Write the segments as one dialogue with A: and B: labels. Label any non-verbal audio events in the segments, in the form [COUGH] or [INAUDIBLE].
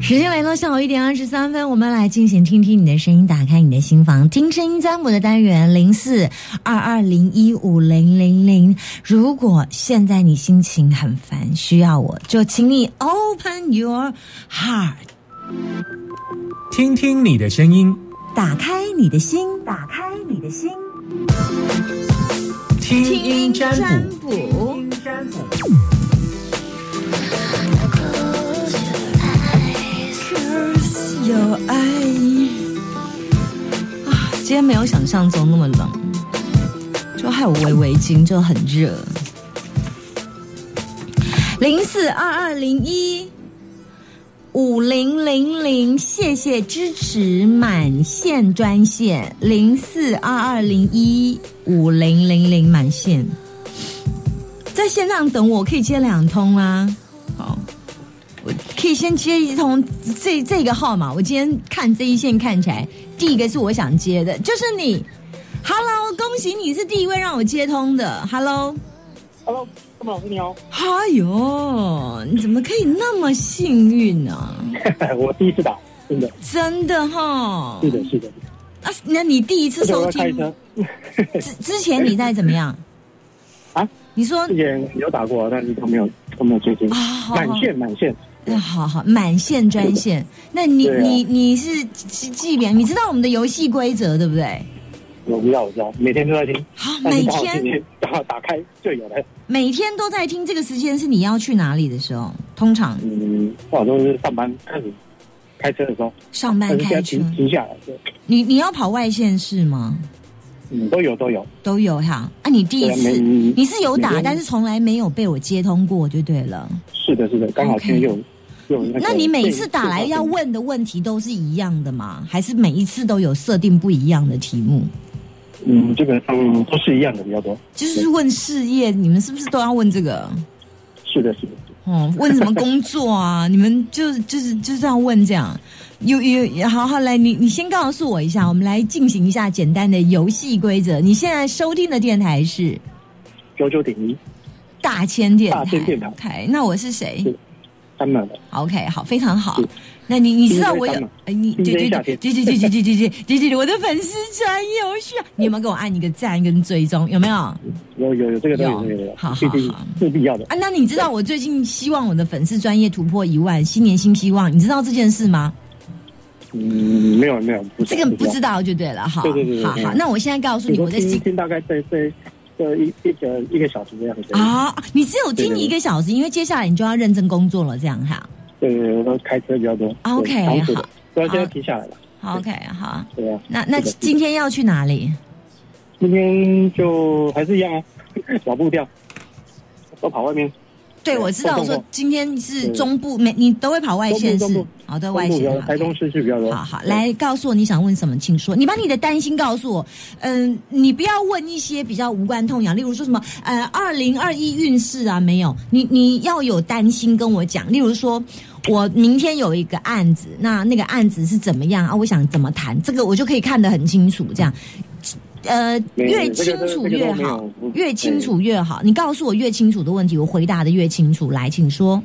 A: 时间来到下午一点二十三分，我们来进行听听你的声音，打开你的心房，听声音占卜的单元零四二二零一五零零零。如果现在你心情很烦，需要我就请你 open your heart，
B: 听听你的声音，
A: 打开你的心，打开你的心，
B: 听音占卜。
A: 卜。有爱啊！今天没有想象中那么冷，就害我围围巾就很热。零四二二零一五零零零，谢谢支持，满线专线零四二二零一五零零零满线，在线上等我可以接两通啦、好。我可以先接一通这这个号码。我今天看这一线看起来，第一个是我想接的，就是你。Hello，恭喜你是第一位让我接通的。Hello，
C: 哦，不好你哦，
A: 哎呦，你怎么可以那么幸运啊呢、
C: [LAUGHS] 我第一次打，真的，
A: 真的哈。
C: 是的，是的，
A: 啊，那你第一次
C: 而且我
A: 收
C: 要开
A: 听
C: 车。
A: 之之前你在怎么样？
C: 啊，
A: 你说
C: [LAUGHS] 之前有打过，但是都没有都没有追星
A: 啊，好
C: 满线满线，
A: 那好好，满线专线。那你、
C: 对啊
A: 你你是记记两，你知道我们的游戏规则对不对？
C: 我知道我知道，每天都在听，
A: 好，
C: 但
A: 每
C: 是打
A: 天 [LAUGHS]
C: 天打打开就有了。
A: 每天都在听，这个时间是你要去哪里的时候？通常
C: 嗯，我好像是上班开始开车的时候，
A: 上班
C: 但是现
A: 哎开
C: 在
A: 车
C: 停，停下来，对
A: 你你要跑外县市吗？
C: 嗯，都有都有，
A: 都有哈。啊，你第一
C: 对啊
A: 次
C: 没嗯
A: 你是有
C: 每
A: 打，
C: 天
A: 但是从来没有被我接通过，就对了。
C: 是的是的，刚好
A: OK
C: 今天又又有个
A: 那你每次打来
C: 对
A: 要问的问题都是一样的吗？还是每一次都有设定不一样的题目？
C: 嗯，基本上都是一样的比较多，
A: 就是问事业，你们是不是都要问这个？
C: 是的是的，
A: 哦，问什么工作
C: [LAUGHS]
A: 啊？你们就就是就这样问这样，有有好好来，你你先告诉我一下，我们来进行一下简单的游戏规则。你现在收听的电台是
C: 九九点一，
A: 大千电台，
C: 大千电台
A: OK，那我是谁
C: 是三秒的，
A: ？OK，好，非常好
C: 是。
A: 那你你知道我有
C: 新增
A: 哎，你
C: 新
A: 对
C: 增
A: 对
C: 夏
A: 对
C: 天
A: 对对对对对对对对对，我的粉丝专业，我
C: [LAUGHS]
A: 需要你有没有给我按一个赞跟追踪？有没有啊？
C: 有有有这个都有
A: 有
C: 这个都有，
A: 好
C: 必定
A: 好啊好
C: 是必要的。
A: 那你知道我最近希望我的粉丝专业突破一万，新年新希望，你知道这件事吗？
C: 嗯，没有没有，不是
A: 这个不
C: 是
A: 知道就对了哈。
C: 对对对对
A: 好
C: 对
A: 好，那我现在告诉你，
C: 我
A: 我
C: 都
A: 在
C: 听
A: 新
C: 听大概在在这一一个一个小时这样子。
A: 啊，你只有听
C: 对对对
A: 一个小时，因为接下来你就要认真工作了，这样哈。
C: 对对对，我都开车比较多。
A: 啊，OK，
C: 对长途的
A: 好，
C: 不要现在
A: 好
C: 停下来了。
A: 好 OK，好，
C: 对啊，
A: 那那
C: 是的
A: 今天要去哪里？
C: 今天就还是一样啊，老步调，都跑外面。
A: 对，
C: 对
A: 我知道，哦我
C: 中部
A: 说今天是
C: 对
A: 中部，每你都会跑外县
C: 中部
A: 市
C: 中部，
A: 好，都
C: 中
A: 外
C: 部比
A: 县
C: 较，
A: 好
C: 台中市区比较多。
A: 好好，
C: 对。
A: 来告诉我你想问什么，请说。你把你的担心告诉我，嗯、你不要问一些比较无关痛痒，例如说什么呃，二零二一运势啊，没有，你你要有担心跟我讲。例如说，呃我明天有一个案子，那那个案子是怎么样啊？我想怎么谈，这个我就可以看得很清楚，这样。呃，
C: 没有
A: 越清楚越
C: 这个都这个都没
A: 好
C: 有不，
A: 越清楚越好。你告诉我越清楚的问题，我回答的越清楚。来，请说。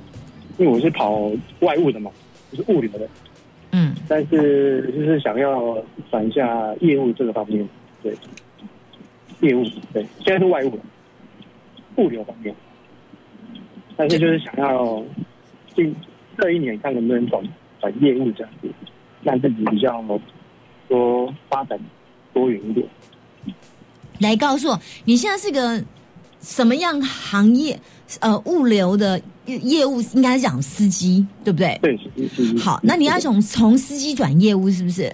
C: 因为我是跑外务的嘛，我是物流的，
A: 嗯，
C: 但是就是想要转一下业务这个方面，对，业务对，现在是外务，物流方面，但是就是想要进这一年看能不能转转业务这样子，让自己比较多发展多元一点。
A: 来告诉我，你现在是个什么样行业？呃，物流的业业务应该讲司机，对不对？
C: 对，是是
A: 好，那你要从从司机转业务，是不是？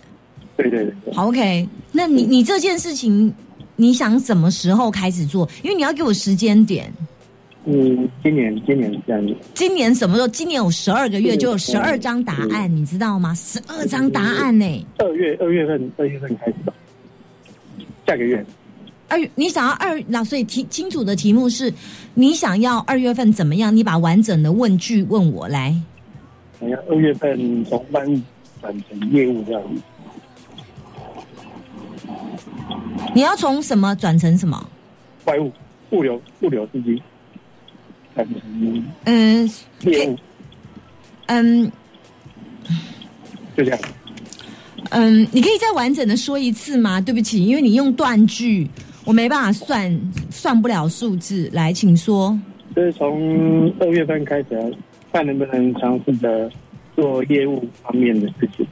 C: 对对对对，
A: 好，OK。那你你这件事情，你想什么时候开始做？因为你要给我时间点。
C: 嗯，今年今年这样子，
A: 今年什么时候？今年有十二个月，
C: 嗯
A: 就有十二张答案，你知道吗？十二张答案呢、
C: 二月二月份二月份开始吧，下个月。
A: 二，你想要二，那所以题清楚的题目是，你想要二月份怎么样？你把完整的问句问我来。
C: 好像二月份从班转成业务这样子，
A: 你要从什么转成什么？
C: 外务、物流、物流司机转成
A: 嗯
C: 业务，
A: 嗯，
C: 就这样。
A: 嗯，你可以再完整的说一次吗？对不起，因为你用断句，我没办法算，算不了数字。来，请说。
C: 就是从二月份开始，看能不能尝试着做业务方面的事情，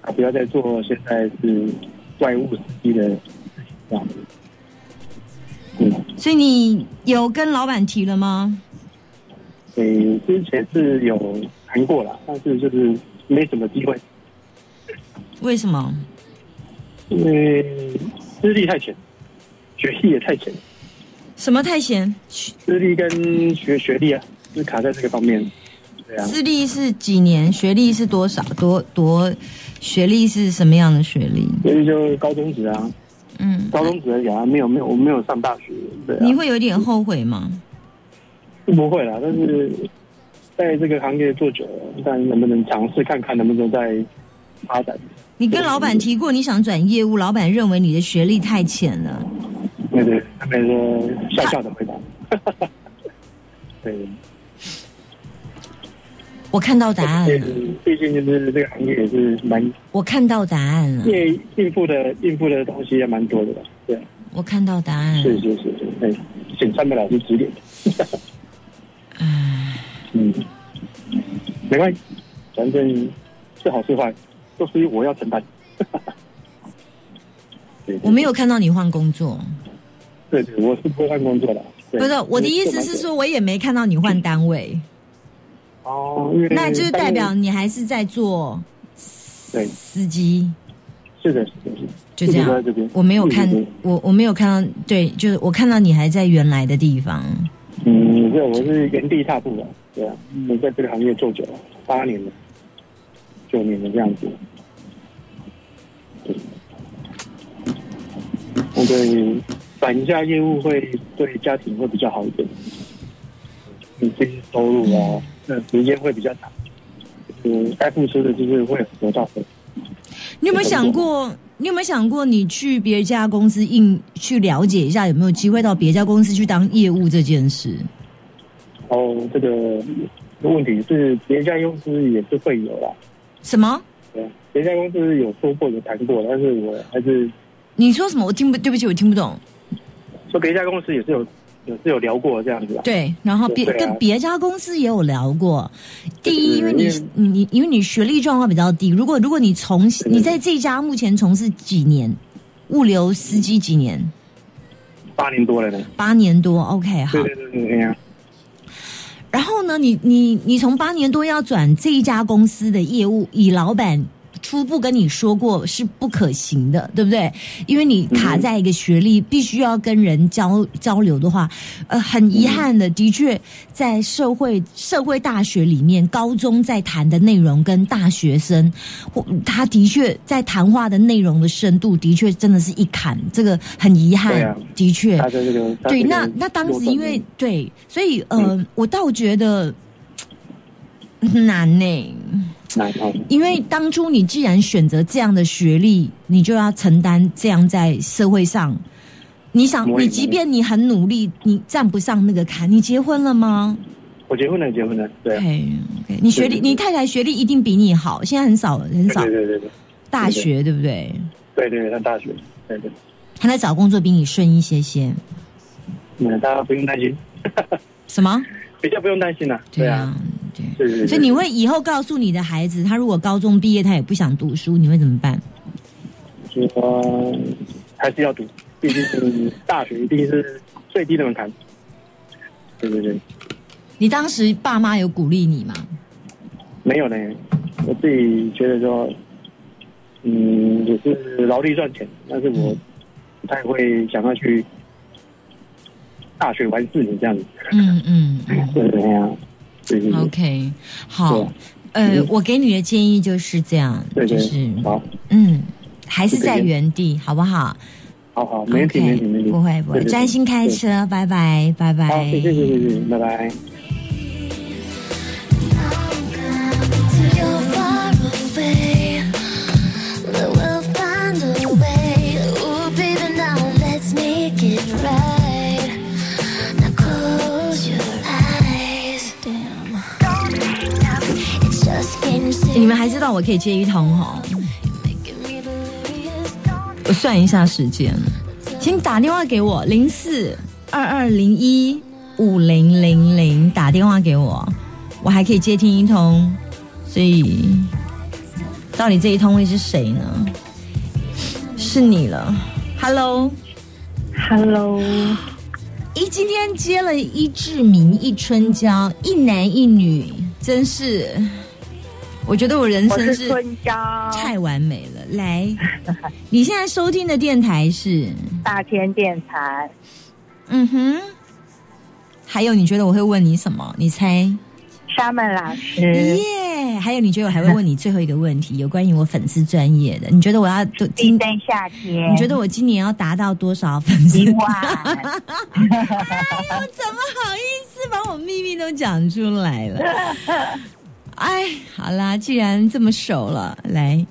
C: 啊，不要再做现在是外务司机的事情这样子。嗯，
A: 所以你有跟老板提了吗？
C: 诶，之前是有谈过了，但是就是没什么机会，
A: 为什么？
C: 因为资历太浅，学历也太浅，
A: 什么太闲？学
C: 资历跟学学历啊，就是卡在这个方面。对啊，
A: 资历是几年？学历是多少？多多？学历是什么样的学历？
C: 所以就高中职啊，
A: 嗯，
C: 高中职而已啊，没有没有，我没有上大学，对啊
A: 你，会有点后悔吗？
C: 是不会啦，但是在这个行业做久了，看能不能尝试看看能不能再发展。
A: 你跟老板提过你想转业务，老板认为你的学历太浅了。
C: 对对，他们说笑笑的回答， [LAUGHS] 对，
A: 我看到答案了，
C: 对毕竟就是这个行业也是蛮
A: 我看到答案了，
C: 应应付的应付的东西也蛮多的吧，对，啊
A: 我看到答案
C: 是
A: 了。
C: 是是是，对，请三本老师指点，
A: 唉
C: [LAUGHS] 嗯，没关系，反正是好是坏，都属于我要承担。 [LAUGHS] 对
A: 我没有看到你换工作，
C: 对对，我是不会换工作的。啊对
A: 不是我的意思是，说，我也没看到你换单位，
C: 哦，因为
A: 那就是代表你还是在做
C: 对，
A: 司机，
C: 是的，是的，是的
A: 就这
C: 一直都在
A: 样
C: 这边。嗯
A: 我没有看
C: 一直都在，
A: 我我没有看到，对，就是我看到你还在原来的地方。
C: 嗯，对，我是原地踏步的，对啊，我在这个行业做久了，八年了，九年了这样子。对，我对转一下业务会对家庭会比较好一点，你这些收入啊，那时间会比较长，就是该付出的就是会得到的。
A: 你有没有想过？你有没有想过，你去别家公司应去了解一下，有没有机会到别家公司去当业务这件事？
C: 哦，这个问题是别家公司也是会有啦，
A: 什么？
C: 对，啊别家公司有说过有谈过，但是我还是
A: 你说什么？我听不，对不起，我听不懂。
C: 说别家公司也是有也是有聊过这样子啦。
A: 对，然后别、
C: 对啊
A: 跟别家公司也有聊过。第一，因为
C: 对对对
A: 你
C: 因为
A: 你你因为你学历状况比较低，如果如果你从
C: 对对
A: 你在这家目前从事几年，物流司机几年，
C: 八年多了呢。
A: 八年多，OK，好
C: 对。对对对对呀、
A: 然后呢，你你你从八年多要转这一家公司的业务，以老板初步跟你说过是不可行的，对不对？因为你卡在一个学历，必须要跟人交交流的话，呃，很遗憾
C: 嗯
A: 的，的确在社会社会大学里面，高中在谈的内容跟大学生，或他的确在谈话的内容的深度，的确真的是一坎，这个很遗憾，
C: 对啊
A: 的确。
C: 他的这个他
A: 对，
C: 这个
A: 那那当时因为对，所以呃，
C: 嗯
A: 我倒觉得嗯难呢、
C: 难哦，
A: 因为当初你既然选择这样的学历，你就要承担这样在社会上。你想，
C: 磨
A: 你
C: 练
A: 即便你很努力，你站不上那个坎。你结婚了吗？
C: 我结婚了，结婚了，对、啊，
A: 对，OK，你学历，
C: 对对对
A: 你太太学历一定比你好。现在很少哎很少
C: 对对对对
A: 大学，对不对？
C: 对对对，上大学，对对，
A: 她在找工作比你顺一些些。
C: 那大家不用担心， [LAUGHS]
A: 什么？
C: 比较不用担心啦、对啊，，
A: 对。
C: 对对对，
A: 所以你会以后告诉你的孩子，他如果高中毕业，他也不想读书，你会怎么办？
C: 就
A: 啊
C: 说还是要读，毕竟是大学一定是最低的门槛，对对对，
A: 你当时爸妈有鼓励
C: [LAUGHS]
A: 你吗？
C: 没有呢，我自己觉得说，嗯，也是劳力赚钱，但是
A: 嗯
C: 我不太会想要去大学玩四年这样子。
A: 嗯嗯嗯
C: 对对呀、啊，对对对
A: ，OK，
C: 对
A: 好
C: 啊，
A: 呃
C: 嗯，
A: 我给你的建议就是这样，
C: 对
A: 就
C: 对，
A: 是
C: 好，
A: 嗯，还是
C: 就这
A: 在
C: 样
A: 原地，好不好
C: 好好，没问题，没问题，没问
A: ？OK，
C: 题，
A: 不会不
C: 对
A: 会，
C: 对对
A: 专心开
C: 对
A: 车，哎拜拜拜
C: 好，
A: 拜。
C: 谢谢谢谢谢谢，拜拜。
D: You're far away, but we'll find a way. Ooh, baby, now let's make it right. Now close your eyes, damn. It's just It's getting
A: 你
D: serious.
A: 们还知道我可以接一通哦。
D: Making me delirious. Don't
A: 我算一下时间，请打电话给我零四二二零一五零零零打电话给我，我还可以接听一通，所以到底这一通会是谁呢？是你了，Hello。
E: Hello，
A: 咦，今天接了一志明、一春娇，一男一女，真是，我觉得我人
E: 我
A: 生
E: 是
A: 是
E: 春娇，
A: 太完美了。 [LAUGHS] 来，你现在收听的电台是，
E: 大天电台。
A: 嗯哼，还有你觉得我会问你什么？你猜？
E: 沙曼老
A: 耶、
E: 师，
A: 还有你觉得我还会问你最后一个问题，有关于我粉丝专业的？你觉得我要多
E: 冰
A: 今？
E: 在夏天，
A: 你觉得我今年要达到多少粉丝
E: 一？万？
A: 我怎么好意思把我秘密都讲出来了？哎，好啦，既然这么熟了，来，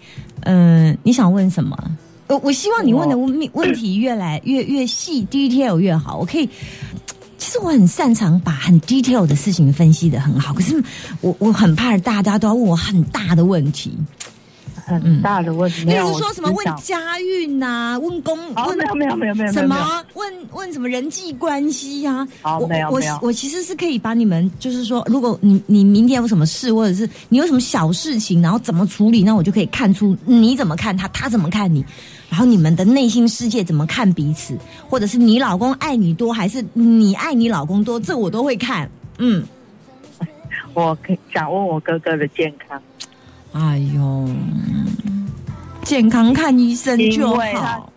A: 嗯、你想问什么？我我希望你问的问问题越来越越细，detail 越好。我可以，其实我很擅长把很 detail 的事情分析的很好，可是我我很怕大家都要问我很大的问题，
E: 很大的问题，
A: 例
E: 没有
A: 如嗯说什么
E: 我
A: 问
E: 知道
A: 家运呐、问工，
E: 哦，
A: 问
E: 没有没有没有没有没有
A: 什
E: 没有
A: 么问问什么人际关系呀、
E: 好
A: 我
E: 没有
A: 我
E: 没有
A: 我其实是可以把你们，就是说，如果你你明天有什么事，或者是你有什么小事情，然后怎么处理，那我就可以看出你怎么看他，他怎么看你，然后你们的内心世界怎么看彼此，或者是你老公爱你多还是你爱你老公多，这我都会看。嗯，
E: 我可以想问我哥哥的健康，
A: 哎呦，健康看医生就
E: 因为他
A: 好。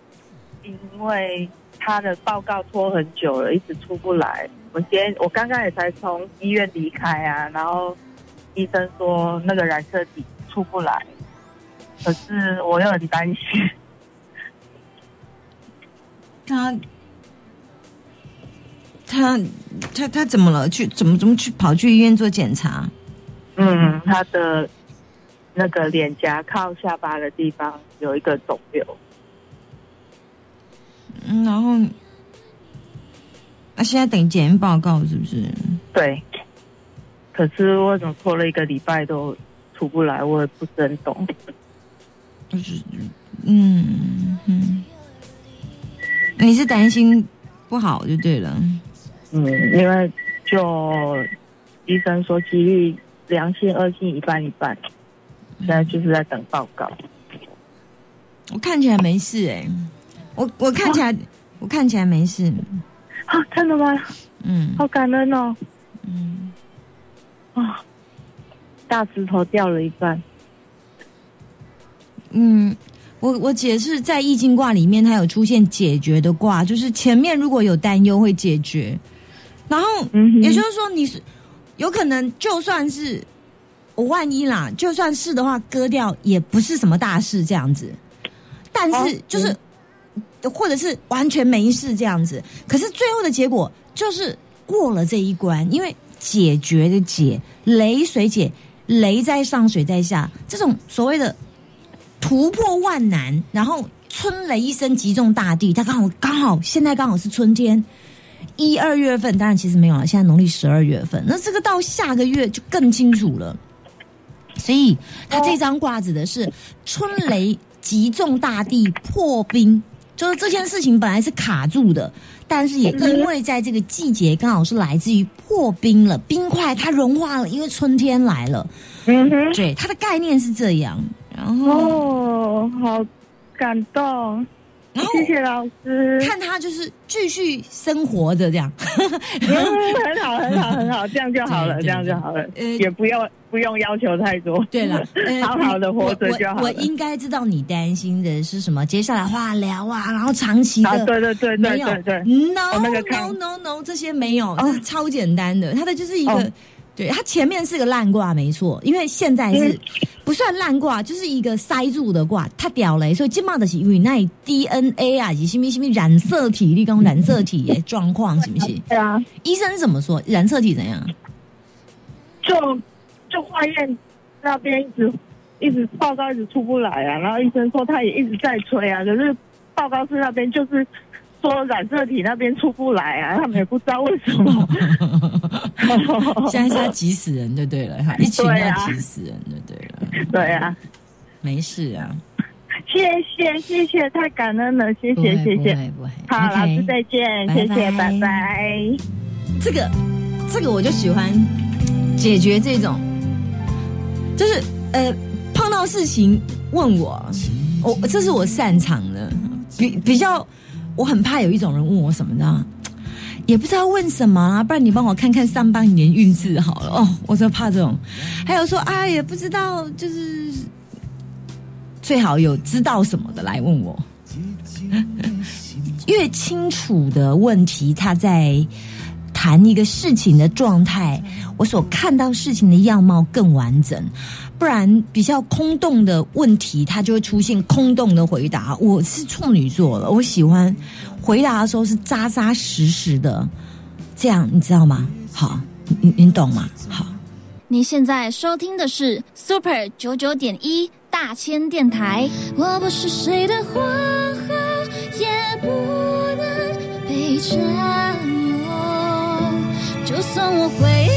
E: 因为他的报告拖很久了，一直出不来。我今天我刚刚也才从医院离开啊，然后医生说那个染色体出不来，可是我又很担心。
A: 他他他他怎么了？去怎么怎么去跑去医院做检查？
E: 嗯，他的那个脸颊靠下巴的地方有一个肿瘤，
A: 嗯，然后啊，现在等检验报告是不是？
E: 对。可是为什么拖了一个礼拜都出不来？我也不是很懂。
A: 就是嗯嗯，你是担心不好就对了。
E: 嗯，因为就医生说几率良性恶性一半一半，现在就是在等报告。
A: 我看起来没事哎、我我看起来我看起来没事。
E: 啊，真的吗？
A: 嗯
E: 好感恩哦！
A: 嗯，
E: 啊，大石头掉了一半。
A: 嗯，我我解释，在易经卦里面，它有出现解决的卦，就是前面如果有担忧会解决，然后
E: 嗯哼
A: 也就是说你是有可能就算是我万一啦，就算是的话割掉也不是什么大事这样子，但是
E: 哦
A: 就是、或者是完全没事这样子，可是最后的结果就是过了这一关，因为解决的解雷水解雷在上水在下这种所谓的突破万难，然后春雷一声击中大地，它刚好刚好现在刚好是春天，一二月份当然其实没有了，现在农历十二月份，那这个到下个月就更清楚了。所以
E: 哦
A: 它这张卦指的是春雷击中大地破冰，就是这件事情本来是卡住的，但是也因为在这个季节刚好是来自于破冰了，冰块它融化了，因为春天来了。
E: 嗯哼，
A: 对，它的概念是这样。然后，
E: 哦，好感
A: 哦
E: 动，
A: 然后
E: 谢谢老师。
A: 看它就是继续生活着这样。 [LAUGHS]
E: 嗯，很好，很好，很好，这样就好了，
A: 对对
E: 这样就好了，
A: 呃
E: 也不要不用要求太多。
A: 对
E: [LAUGHS]
A: 了，呃
E: 好好的活着就好了
A: 我我。我应该知道你担心的是什么，接下来化疗啊，然后长期的。
E: 啊，对对对
A: 没
E: 对
A: 有
E: 对对，
A: ，no
E: 我那个
A: no
E: 看
A: no no，这些没有，这是超简单的，它的就是一个
E: 哦，
A: 对，它前面是个烂卦，没错，因为现在
E: 嗯
A: 是不算烂卦，就是一个塞住的卦，它屌了，所以今嘛的是因为那 DNA 啊，以及什么什么染色体，你讲染色体的状况是不
E: [LAUGHS]
A: 是？
E: 对啊，
A: 医生怎么说？染色体怎
E: [LAUGHS]
A: 样？ [LAUGHS]
E: 就就化验那边一直一直报告一直出不来啊，然后医生说他也一直在催啊，可是报告室那边
A: [LAUGHS]
E: 就是说染色体那边出不来啊，他们也不知道为什么。
A: 现在是要急死人就对了哈，一群
E: 对
A: 要
E: 啊
A: 急死人就对了，
E: 对啊，
A: 没事啊，
E: 谢谢谢谢，太感恩了，谢
A: 不
E: 谢
A: 会
E: 谢
A: 不
E: 谢。
A: 会不会，
E: 好，老师
A: OK
E: 再见，
A: 拜
E: 谢谢，
A: 拜
E: 拜拜。
A: 这个这个我就喜欢解决这种，就是呃碰到事情问我，我这是我擅长的，比比较我很怕有一种人问我什么呢？也不知道问什么啊，不然你帮我看看上半年运势好了哦，我就怕这种。还有说啊，也不知道，就是最好有知道什么的来问我，越清楚的问题，他在谈一个事情的状态，我所看到事情的样貌更完整。不然比较空洞的问题，它就会出现空洞的回答。我是处女座了，我喜欢回答的时候是扎扎实实的，这样你知道吗？好，你你你懂吗？好。
F: 你现在收听的是 Super 九九点一大千电台。
D: 我不是谁的花后，也不能被占有。就算我会